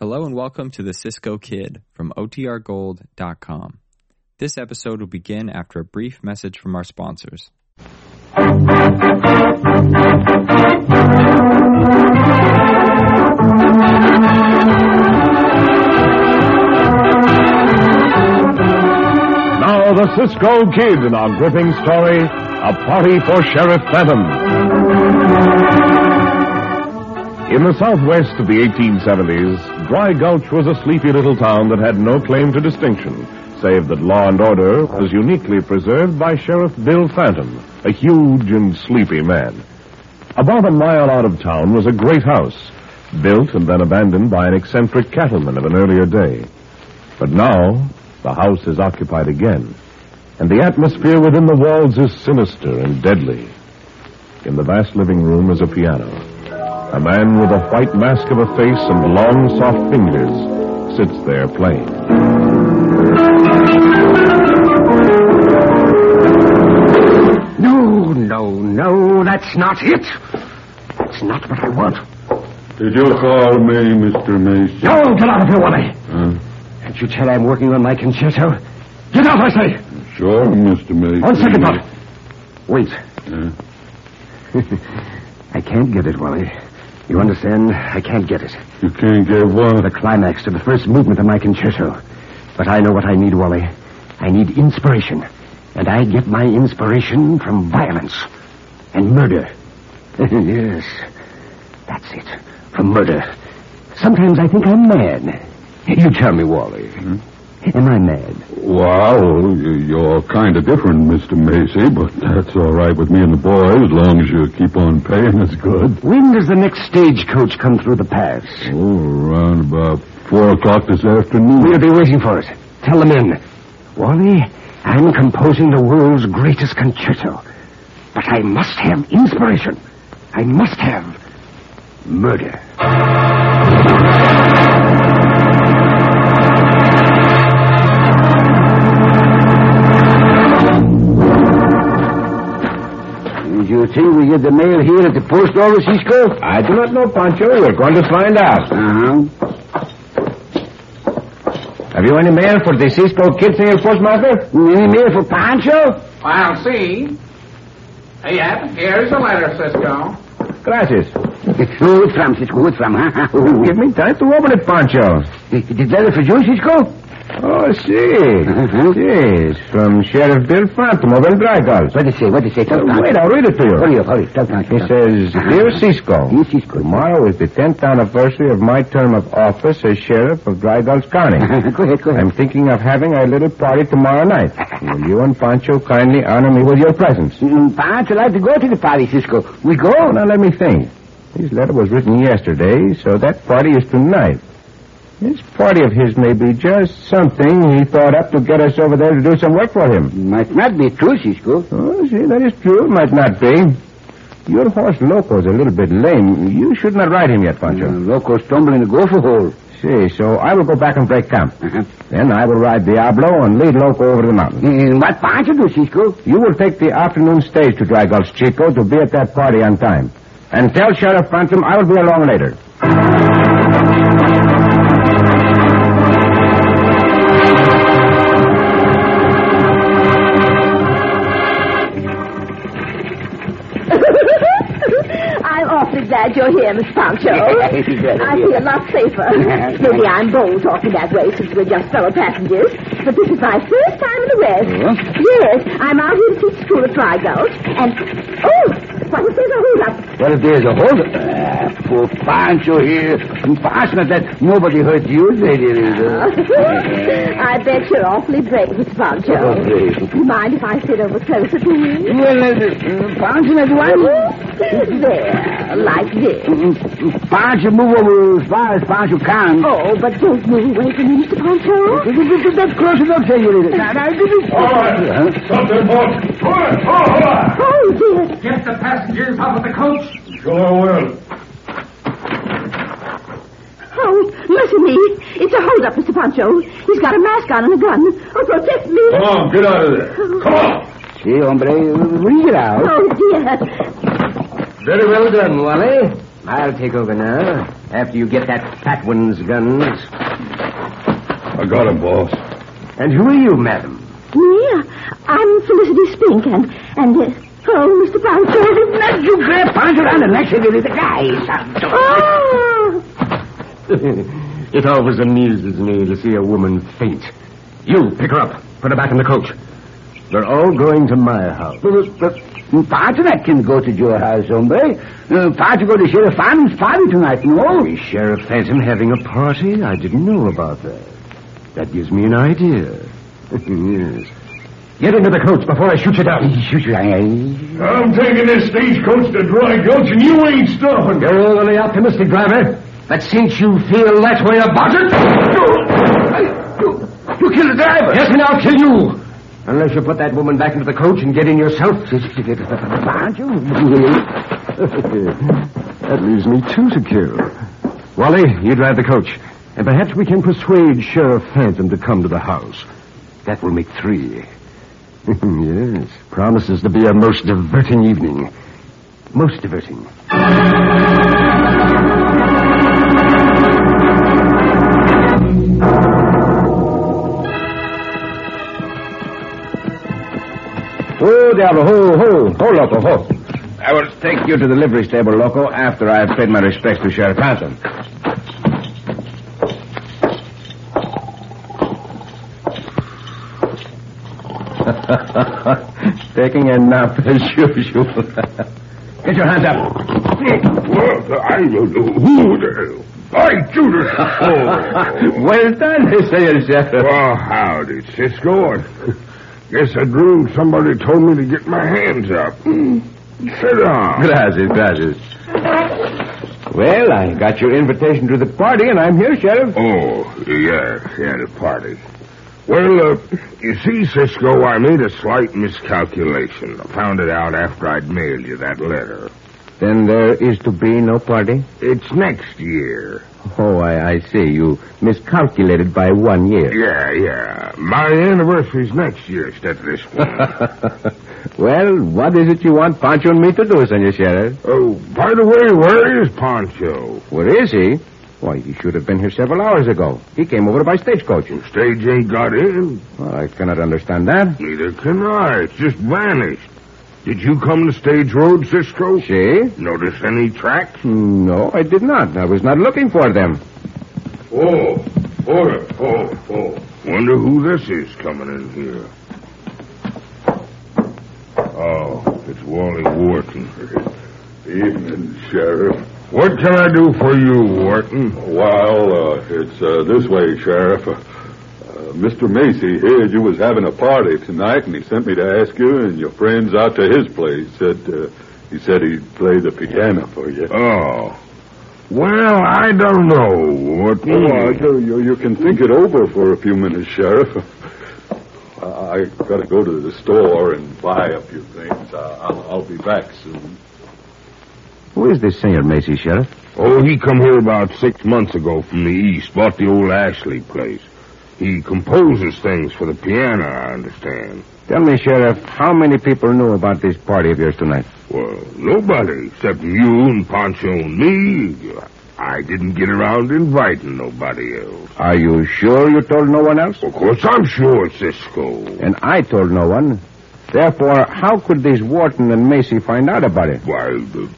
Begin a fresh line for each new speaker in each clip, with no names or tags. Hello and welcome to the Cisco Kid from OTRGold.com. This episode will begin after a brief message from our sponsors.
Now the Cisco Kid in our gripping story, A Party for Sheriff Bentham. In the southwest of the 1870s, Dry Gulch was a sleepy little town that had no claim to distinction, save that law and order was uniquely preserved by Sheriff Bill Phantom, a huge and sleepy man. About a mile out of town was a great house, built and then abandoned by an eccentric cattleman of an earlier day. But now, the house is occupied again, and the atmosphere within the walls is sinister and deadly. In the vast living room is a piano. A man with a white mask of a face and long, soft fingers sits there playing.
No, no, no, that's not it. That's not what I want.
Did you call me, Mr. Mason?
No, get out of here, Wally.
Huh?
Can't you tell I'm working on my concerto? Get out, I say.
Sure, Mr. Mason.
On second thought. Hmm. Wait.
Huh?
I can't get it, Wally. You understand? I can't get it.
you can't get
The
what?
climax to the first movement of my concerto. But I know what I need, Wally. I need inspiration. And I get my inspiration from violence and murder. yes, that's it. From murder. Sometimes I think I'm mad. You tell me, Wally. Am I mad?
Well, you- you're kind of different, Mr. Macy, but that's all right with me and the boy as long as you keep on paying us good.
When does the next stagecoach come through the pass?
Oh, around about four o'clock this afternoon.
We'll be waiting for it. Tell them in. Wally, I'm composing the world's greatest concerto. But I must have inspiration. I must have murder. You think we get the mail here at the post office, Cisco?
I do not know, Pancho. We're going to find out.
Uh-huh.
Have you any mail for the Cisco Kid, Senor Postmaster?
Any mail for Pancho?
I'll see. Yep, here's the letter, Cisco.
Gracias.
Who it from, Cisco? Who it from, huh? Who
Give me time to open it, Pancho.
Did letter for you, Cisco?
Oh, see.
Uh-huh.
Yes, from Sheriff Bill Phantom of El Dragal.
What did it say? What did it say? Tell
Uh, Wait, I'll read it to you.
Hurry up, hurry. Tell Pancho.
He says, Dear Cisco,
Dear Cisco.
tomorrow is the 10th anniversary of my term of office as sheriff of Dry Gulch County.
go ahead, go ahead.
I'm thinking of having a little party tomorrow night. Will you and Pancho kindly honor me with your presence?
Mm, Pancho like to go to the party, Cisco. We go?
Oh, now let me think. His letter was written yesterday, so that party is tonight. This party of his may be just something he thought up to get us over there to do some work for him.
Might not be true, Cisco.
Oh, see, that is true. It might not be. Your horse Loco's a little bit lame. You should not ride him yet, Pancho.
Uh, Loco's tumbling the gopher hole.
See, so I will go back and break camp.
Uh-huh.
Then I will ride Diablo and lead Loco over the mountain.
And what Pancho do, Cisco?
You will take the afternoon stage to Dry Gulch, Chico, to be at that party on time. And tell Sheriff Phantom I will be along later.
I'm awfully glad you're here, Miss Pancho.
Glad
I
you're
feel a lot safer. Maybe I'm bold talking that way since we're just fellow passengers, but this is my first time in the West.
Huh?
Yes, I'm out here to teach school at Dry Gulch, and oh, what if there's a holdup?
Well, if there's a hold uh, poor Pancho here. Fortunate that nobody hurt you, lady.
I bet you're awfully brave, Miss
Oh,
Pancho. Do you mind if I sit over closer to you?
Well, uh, Pancho, that's one.
There, like this.
Pancho, move over as far as Pancho can.
Oh, but don't move away from me, Mr. Pancho.
That's close enough, senorita. Now, now, give it.
Something more.
Oh, dear.
Get the passengers out of the coach.
Sure will.
Oh, mercy me. It's a holdup, Mr. Pancho. He's got a mask on and a gun. Oh, protect me.
Come on, get out of there. Come on.
See, hombre, read it out.
Oh, dear.
Very well done, Wally. I'll take over now. after you get that fat one's guns.
I got him, boss.
And who are you, madam?
Me? I'm Felicity Spink, and, and, uh, oh, Mr. Boucher.
Not you grab Ponce around and actually the guys.
Oh!
it always amuses me to see a woman faint. You, pick her up. Put her back in the coach. They're all going to my house. part of that can go to your house, hombre. Uh, part to go to Sheriff Phantom's party tonight, no? Is Sheriff Phantom having a party? I didn't know about that. That gives me an idea. yes. Get into the coach before I shoot you down. Shoot you down.
I'm taking this stagecoach to Dry Gulch, and you ain't stopping.
You're overly optimistic, driver. But since you feel that way about it, you, you, kill the driver. Yes, and I'll kill you. Unless you put that woman back into the coach and get in yourself. Aren't you? that leaves me two to kill. Wally, you drive the coach. And perhaps we can persuade Sheriff Phantom to come to the house. That will make three. yes, promises to be a most diverting evening. Most diverting.
Oh, Diablo, ho, ho, ho, Loco, ho. I will take you to the livery stable, Loco, after I have paid my respects to Sheriff Phantom. Taking a nap as usual. Get your hands up.
I don't know who the I, Judas. Oh.
well done, Mr. Sheriff.
well, howdy, Cisco. Guess I dreamed somebody told me to get my hands up. Sit down.
Gracias, gracias. Well, I got your invitation to the party, and I'm here, Sheriff.
Oh, yeah, yeah, the party. Well, uh, you see, Cisco, I made a slight miscalculation. I found it out after I'd mailed you that letter.
Then there is to be no party?
It's next year.
Oh, I, I see. You miscalculated by one year.
Yeah, yeah. My anniversary's next year instead of this one.
well, what is it you want Pancho and me to do, Senor Sheriff?
oh, by the way, where is Poncho?
Where is he? Why, he should have been here several hours ago. He came over by stagecoach.
Stage ain't got in.
Well, I cannot understand that.
Neither can I. It's just vanished. Did you come to Stage Road, Cisco?
See?
Notice any tracks?
No, I did not. I was not looking for them.
Oh, oh, oh, oh. Wonder who this is coming in here. Oh, it's Wally Wharton. Evening, Sheriff. What can I do for you, Wharton?
Well, uh, it's uh, this way, Sheriff. Uh, uh, Mr. Macy heard you was having a party tonight, and he sent me to ask you and your friends out to his place. Said uh, he said he'd play the piano for you.
Oh. Well, I don't know, Wharton.
Hmm.
Oh, you, you, you can think it over for a few minutes, Sheriff. I, I got to go to the store and buy a few things. I, I'll, I'll be back soon.
Who is this Senor Macy, Sheriff?
Oh, he come here about six months ago from the east, bought the old Ashley place. He composes things for the piano, I understand.
Tell me, Sheriff, how many people knew about this party of yours tonight?
Well, nobody except you and Pancho and me. I didn't get around inviting nobody else.
Are you sure you told no one else?
Of course, I'm sure, Cisco.
And I told no one. Therefore, how could these Wharton and Macy find out about it?
Why, the...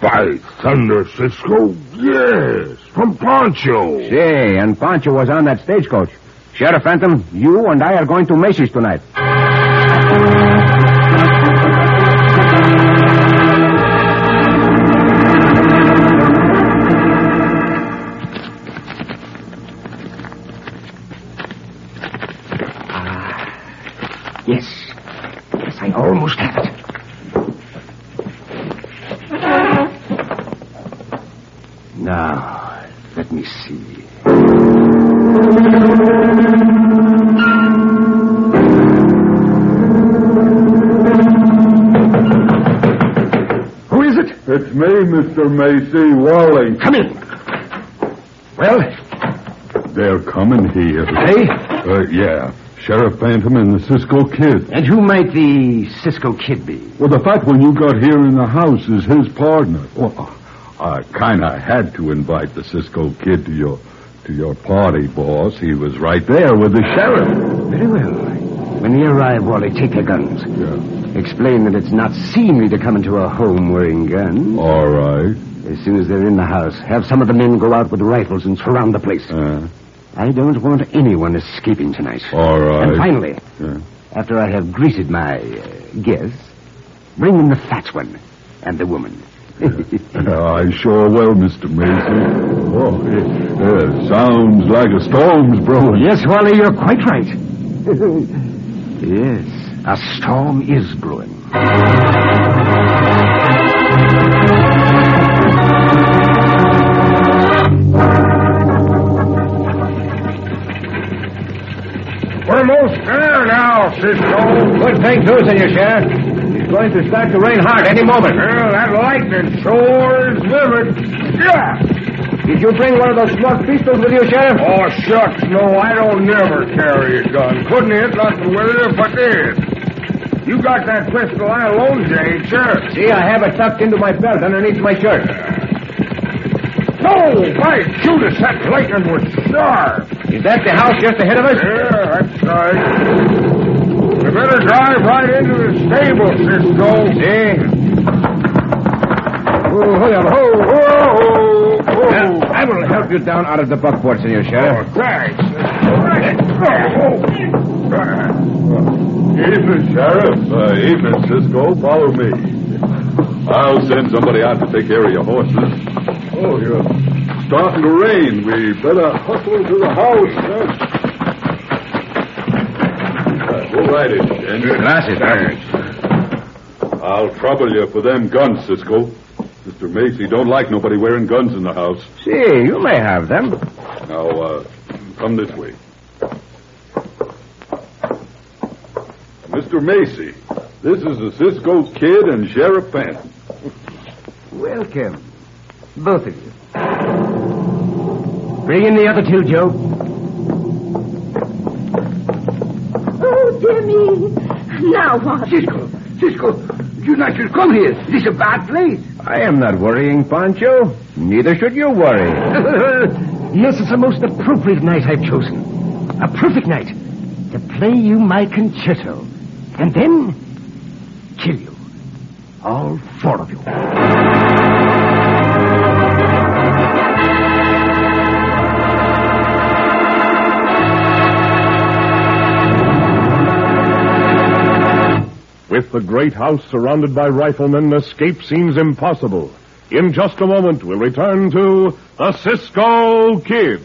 By thunder, Cisco, yes, from Pancho.
Say, and Pancho was on that stagecoach. Sheriff Phantom, you and I are going to Macy's tonight.
Ah, Yes. Yes, I almost have it. Now, let me see. Who is it?
It's me, Mr. Macy. Wally.
Come in. Well,
They're coming here.
hey,
Uh, yeah. Sheriff Phantom and the Cisco Kid.
and who might the Cisco kid be?
Well, the fat one you got here in the house is his partner. Well,
I kinda had to invite the Cisco kid to your to your party, boss. He was right there with the sheriff.
Very well. When we arrive, Wally, take the guns. Explain that it's not seemly to come into a home wearing guns.
All right.
As soon as they're in the house, have some of the men go out with rifles and surround the place.
Uh,
I don't want anyone escaping tonight.
all right.
And finally,
Yeah.
after I have greeted my uh, guests, bring in the fat one and the woman.
Uh, I sure will, Mr. Macy. Oh, yeah, yeah, sounds like a storm's brewing.
yes, Wally, you're quite right. yes, a storm is brewing.
We're most there now, Cisco.
Good thing, Susan, you Sheriff. It's going to start to rain hard any moment.
Well, that lightning sure is vivid. Yeah.
Did you bring one of those smart pistols with you, Sheriff?
Oh, shucks, no, I don't never carry a gun. Couldn't hit nothing with it if I did. You got that pistol I loaned you, ain't you?
See, I have it tucked into my belt underneath my shirt.
No, by Judas, that lightning was sharp.
Is that the house just ahead of us?
Yeah, that's right. You better drive right into the stable, Cisco. Yeah.
Oh, hurry up.
Oh, oh, oh.
Now, I will help you down out of the buckboard, Senor Sheriff.
Oh, thanks. Oh, oh.
Evening, Sheriff. Uh, evening, Cisco. Follow me. I'll send somebody out to take care of your horses. Oh, you're starting to rain. We better hustle to the house, huh? Uh, all right, Jen.
Glasses, thanks.
I'll trouble you for them guns, Cisco. Mr. Macy don't like nobody wearing guns in the house.
See, you may have them.
Now, uh, come this way. Mr. Macy, this is the Cisco Kid and Sheriff Fenton.
Welcome, both of you. Bring in the other two, Joe.
Oh, dear me. Now what?
Cisco, Cisco, you not should come here. This a bad place. I am not worrying, Pancho. Neither should you worry. yes, it's the most appropriate night I've chosen. A perfect night to play you my concerto. And then kill you. All four of you.
With the great house surrounded by riflemen, escape seems impossible. In just a moment, we'll return to the Cisco Kid.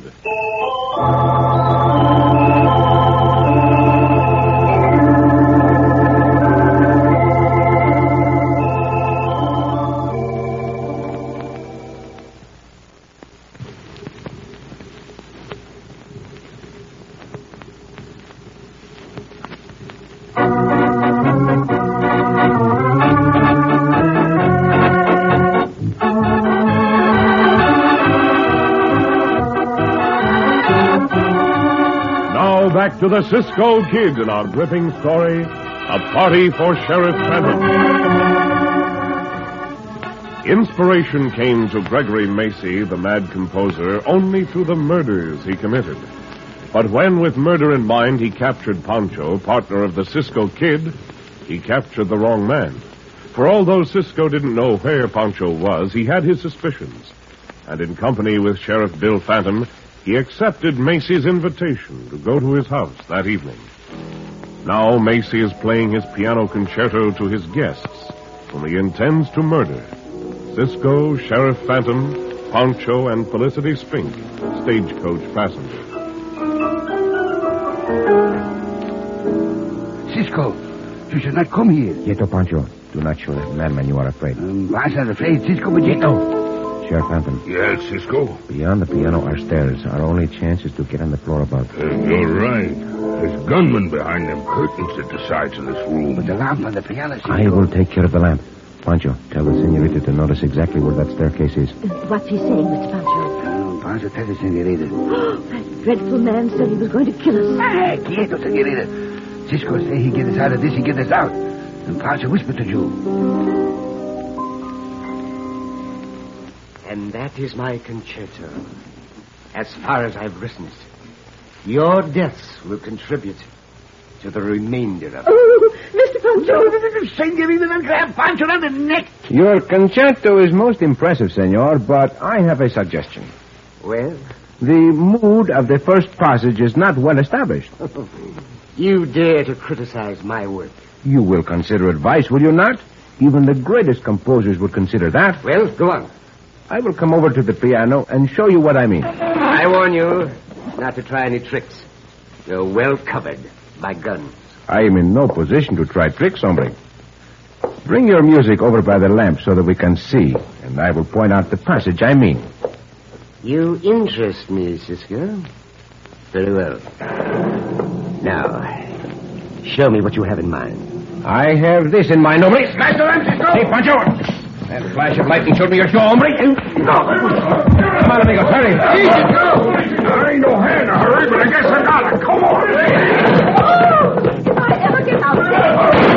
Now back to the Cisco Kid in our gripping story, A Party for Sheriff Fenton. Inspiration came to Gregory Macy, the mad composer, only through the murders he committed. But when, with murder in mind, he captured Poncho, partner of the Cisco Kid, he captured the wrong man. For although Cisco didn't know where Poncho was, he had his suspicions and in company with Sheriff Bill Phantom, he accepted Macy's invitation to go to his house that evening. Now Macy is playing his piano concerto to his guests, whom he intends to murder. Cisco, Sheriff Phantom, Poncho, and Felicity Spink, stagecoach passenger.
Cisco, you should not come here.
Yeto Pancho, do not show that madman you are afraid.
Um, I not afraid, Cisco, but you know.
Sheriff Hampton,
Yes, Cisco.
beyond the piano are stairs. Our only chance is to get on the floor above.
Uh, you're right. There's gunmen behind them curtains at the sides of this room.
But the lamp on the piano, Cisco.
I will take care of the lamp. Pancho, tell the senorita to notice exactly where that staircase is.
What's he saying, Mr. Pancho?
Um, Pancho, tell the senorita.
That dreadful man said he was going to kill us.
Ah, quieto, senorita. Cisco say he get us out of this, he get us out. And Pancho whisper to you.
And that is my concerto. As far as I've written it, your deaths will contribute to the remainder of it.
Oh, Mr. Poncho.
Senorita del Gran Pancho on the neck.
Your concerto is most impressive, senor, but I have a suggestion.
Well,
The mood of the first passage is not well established.
you dare to criticize my work.
You will consider advice, will you not? Even the greatest composers would consider that.
Well, go on.
I will come over to the piano and show you what I mean.
I warn you not to try any tricks. You're well covered by guns.
I am in no position to try tricks, hombre. Bring your music over by the lamp so that we can see, and I will point out the passage I mean.
You interest me, Cisco. Very well. Now, show me what you have in mind.
I have this in mind, hombre. Smash the lamp, Cisco! Hey, Pancho! That flash of lightning showed me your show, hombre. No. Come on, amigo, hurry.
I ain't no hand in a hurry, but I guess I gotta. Come on.
Oh, if I ever get out of here.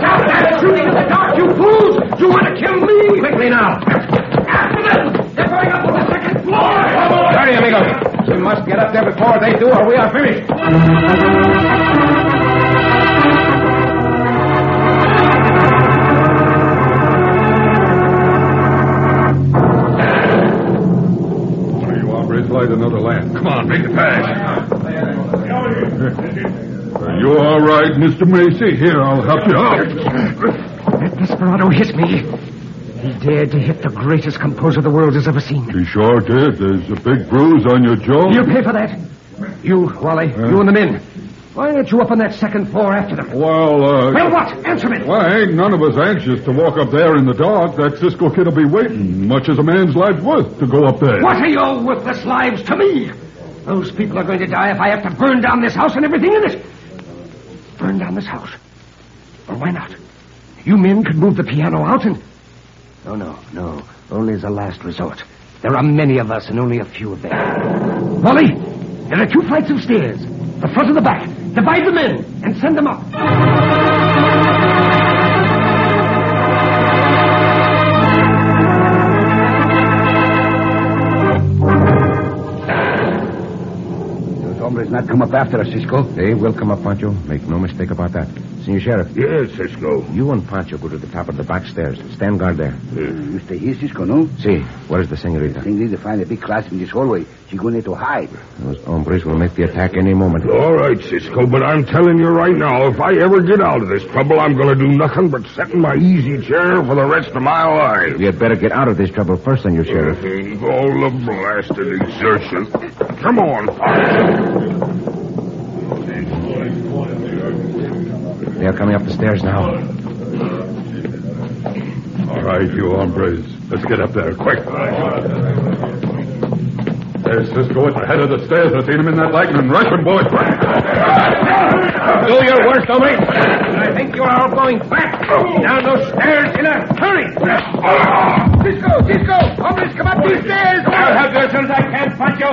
Stop that shooting in the dark, you fools! You want to kill me? Quickly now. After them! They're going up to the second floor!
Hurry, amigo. We must get up there before they do, or we are finished.
One of you hombres light another lamp. Come on, make it fast. Are you all right, Mr. Macy? Here, I'll help you up.
That desperado hit me. He dared to hit the greatest composer the world has ever seen.
He sure did. There's a big bruise on your jaw.
You pay for that. You, Wally, you and the men. Why aren't you up on that second floor after them?
Well, uh...
Well, what? Answer me.
Why, ain't none of us anxious to walk up there in the dark. That Cisco kid'll be waiting, much as a man's life's worth, to go up there.
What are your worthless lives to me? Those people are going to die if I have to burn down this house and everything in it. Burn down this house. Well, why not? You men could move the piano out and.
Oh, no, no. Only as a last resort. There are many of us and only a few of them.
Wally, there are two flights of stairs the front and the back. Divide the men and send them up.
Those hombres not come up after us, Cisco. They will come up, Pancho. Make no mistake about that. Senor Sheriff,
Yes, Cisco.
you and Pancho go to the top of the back stairs. Stand guard there.
Uh,
You stay here, Cisco, no?
See, where is the senorita?
Think need to find a big class in this hallway. She going there to hide.
Those hombres will make the attack any moment.
All right, Cisco, but I'm telling you right now, if I ever get out of this trouble, I'm gonna do nothing but sit in my easy chair for the rest of my life.
We had better get out of this trouble first, Senor Sheriff.
All the blasted exertion. Come on.
They are coming up the stairs now.
All right, you hombres. Let's get up there, quick. There's Cisco at the head of the stairs. I seen him in that lightning. Rush him, boys.
Do your worst, hombre. I think you are all going back. Down those stairs in a hurry.
Cisco, Cisco, hombres, come up these stairs.
I'll help you as soon as I can, Pancho.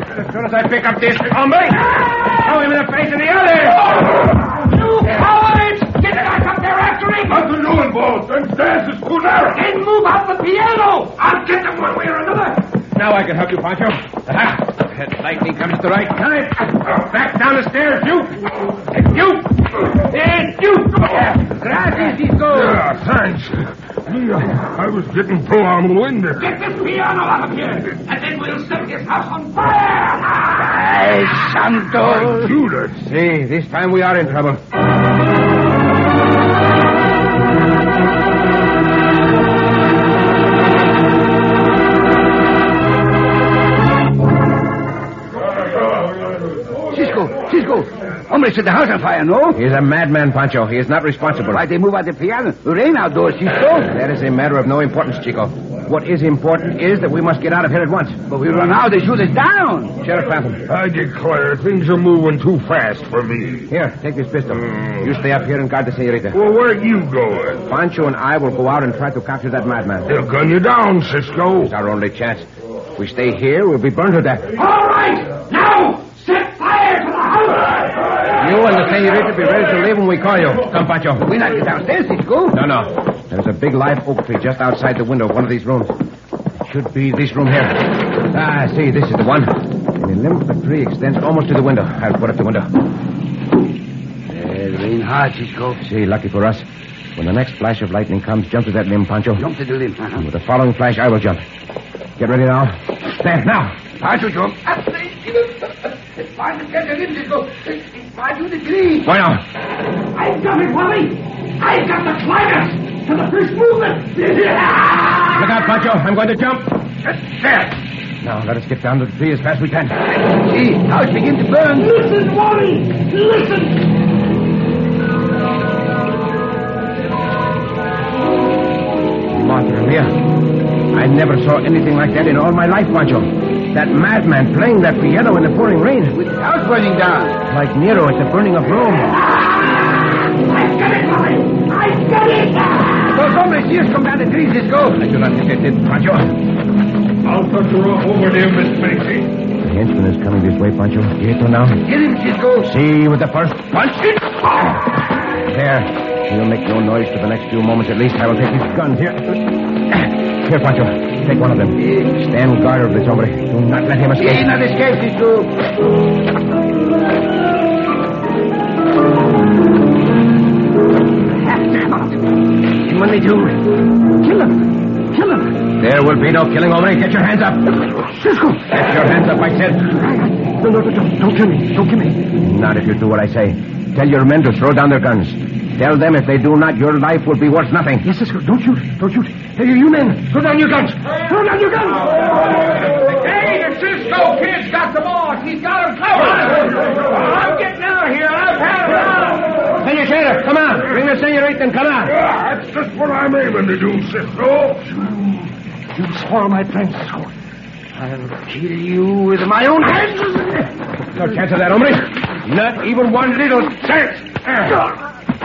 As soon as I pick up this hombre, throw him in the face of the others.
You cowards! Get back up there after him!
Nothing doing, boss. Them stairs is too narrow.
And move out the piano! I'll get them one way or another!
Now I can help you, Pancho. Aha. That lightning comes at the right time. Back down the stairs, you. And you. And you. Gracias, Cisco.
Yeah, thanks. Yeah, I was getting full on the wind there.
Get this piano out of here, and then we'll set this house on fire!
Santo. Judas.
See, this time we are in trouble.
Cisco, Cisco, hombres set the house on fire, no?
He's a madman, Pancho. He is not responsible.
Why they move out the piano? Rain outdoors, Cisco.
That is a matter of no importance, Chico. What is important is that we must get out of here at once.
But we run out, they shoot us down.
Sheriff Clapham,
I declare, things are moving too fast for me.
here, take this pistol. You stay up here and guard the senorita.
Well, where you going?
Pancho and I will go out and try to capture that madman.
They'll gun you down, Cisco.
It's our only chance. If we stay here, we'll be burned to death.
All right, now set fire to the house!
You and the senorita be ready to leave when we call you. Come, Pancho.
We not get downstairs, Cisco.
No, no. There's a big live oak tree just outside the window of one of these rooms. should be this room here. Ah, I see, this is the one. And the limb of the tree extends almost to the window. I'll put up the window.
It'll rain hard, Cisco.
See, lucky for us. When the next flash of lightning comes, jump to that limb, Pancho.
Jump to the limb,
And with the following flash, I will jump. Get ready now. There, now.
Pancho, jump.
Up the Find the better in, Cisco. Find you the green.
Why now?
I've got it, Wally. I've got the climax to the first movement. Ah!
Look out, Pancho. I'm going to jump.
There.
Now, let us get down to the tree as fast as we can.
See, how it begins to burn.
Listen, Wally. Listen.
Martha Maria, I never saw anything like that in all my life, Pancho. That madman playing that piano in the pouring rain.
With the house burning down.
Like Nero at the burning of Rome.
I've got it, Wally. I've got it.
Those hombres see us come down the trees, Cisco.
I do not think I did, Pancho.
I'll put her over there, Miss Macy.
The henchman is coming this way, Pancho. Quieto now.
Get him, Cisco.
See with the first
Punch it.
There. He'll make no noise for the next few moments at least. I will take his guns. Here. Here, Pancho. Take one of them. Stand guard over this hombre. Do not let him
He
escape.
ain't not escaped, Cisco.
Have to have out.
And when they do, kill him. Kill him.
There will be no killing, hombre. Get your hands up.
Cisco.
Get your hands up, I said.
No, no, no, don't, don't kill me. Don't kill me.
Not if you do what I say. Tell your men to throw down their guns. Tell them if they do not, your life will be worth nothing.
Yes, Cisco, don't shoot. Don't shoot. Hey, you men, throw down your guns. Throw down your guns.
Hey, the Cisco kid's got the ball. He's got him covered. I'm getting out of here. I've had enough.
Senorita, come on. Bring the senorita and come on.
That's just what I'm aiming to do, Cisco.
You spoil my plans, Cisco. I'll kill you with my own hands.
No chance of that, hombre. Not even one little chance.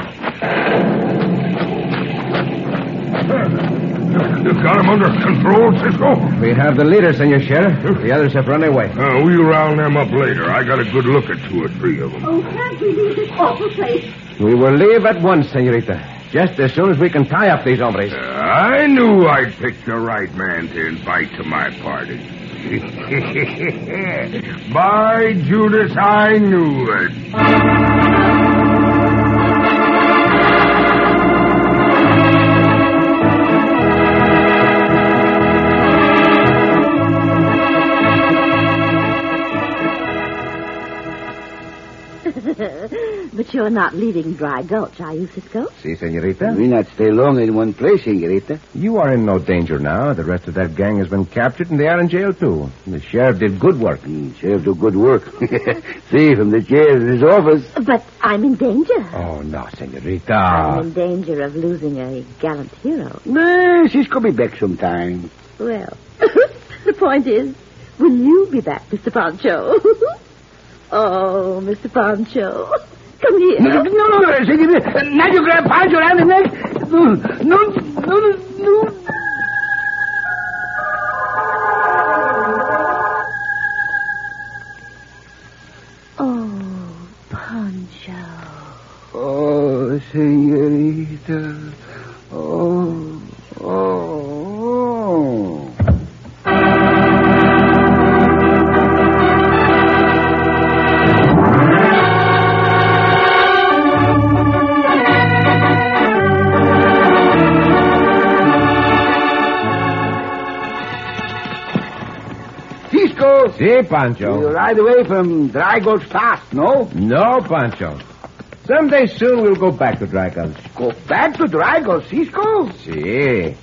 You've got him under control, Cisco.
We have the leader, Senor Sheriff. The others have run away.
Uh, we'll round them up later. I got a good look at two or three of them.
Oh, can't we leave this awful place?
We will leave at once, senorita. Just as soon as we can tie up these hombres.
I knew I'd picked the right man to invite to my party. By Judas, I knew it.
but you're not leaving Dry Gulch, are you, Cisco?
See, senorita?
We not stay long in one place, senorita.
You are in no danger now. The rest of that gang has been captured, and they are in jail, too. The sheriff did good work.
Mm, sheriff do good work. See, from the chair in his office.
But I'm in danger.
Oh, no,
I'm
senorita.
in danger of losing a gallant hero.
Nah, she's gonna be back sometime.
Well, the point is, will you be back, Mr. Poncho? oh, Mr. Poncho, come here.
No, no, no, no, senorita. Now you grab Pancho around the neck. No, no, no, no.
Oh, Poncho.
Oh, senorita. Oh, oh, oh. Cisco,
See,
you
Pancho.
ride away from Dry Gulch fast, no?
No, Pancho. Someday soon we'll go back to Dry Gulch.
Go back to Dry Gulch, Cisco.
See.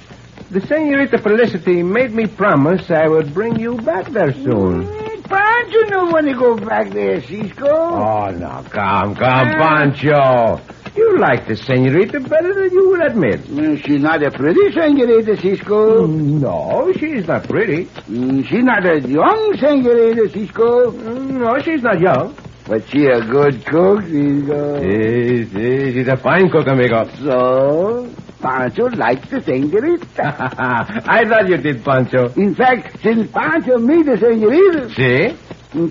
The senorita Felicity made me promise I would bring you back there soon.
Pancho no want to go back there, Cisco.
Oh, now, come, come, Pancho. You like the senorita better than you will admit.
Mm, She's not a pretty senorita, Cisco.
No, she's not pretty.
Mm, She's not a young senorita, Cisco.
No, she's not young.
But she a good cook, Cisco.
Yes, yes, she's a fine cook, amigo.
So, Pancho likes the senorita.
I thought you did, Pancho.
In fact, since Pancho meet the senorita,
See?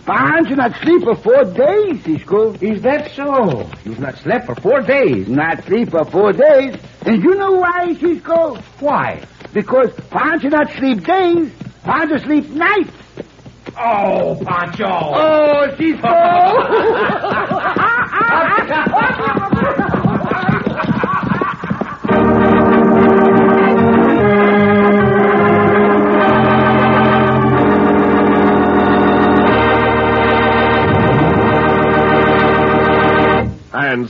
Pancho not sleep for four days, Cisco.
Is that so? You've not slept for four days.
Not sleep for four days. And you know why, Cisco?
Why?
because Poncho not sleep days, Poncho sleep nights.
Oh, Pancho.
Oh, Cisco.
And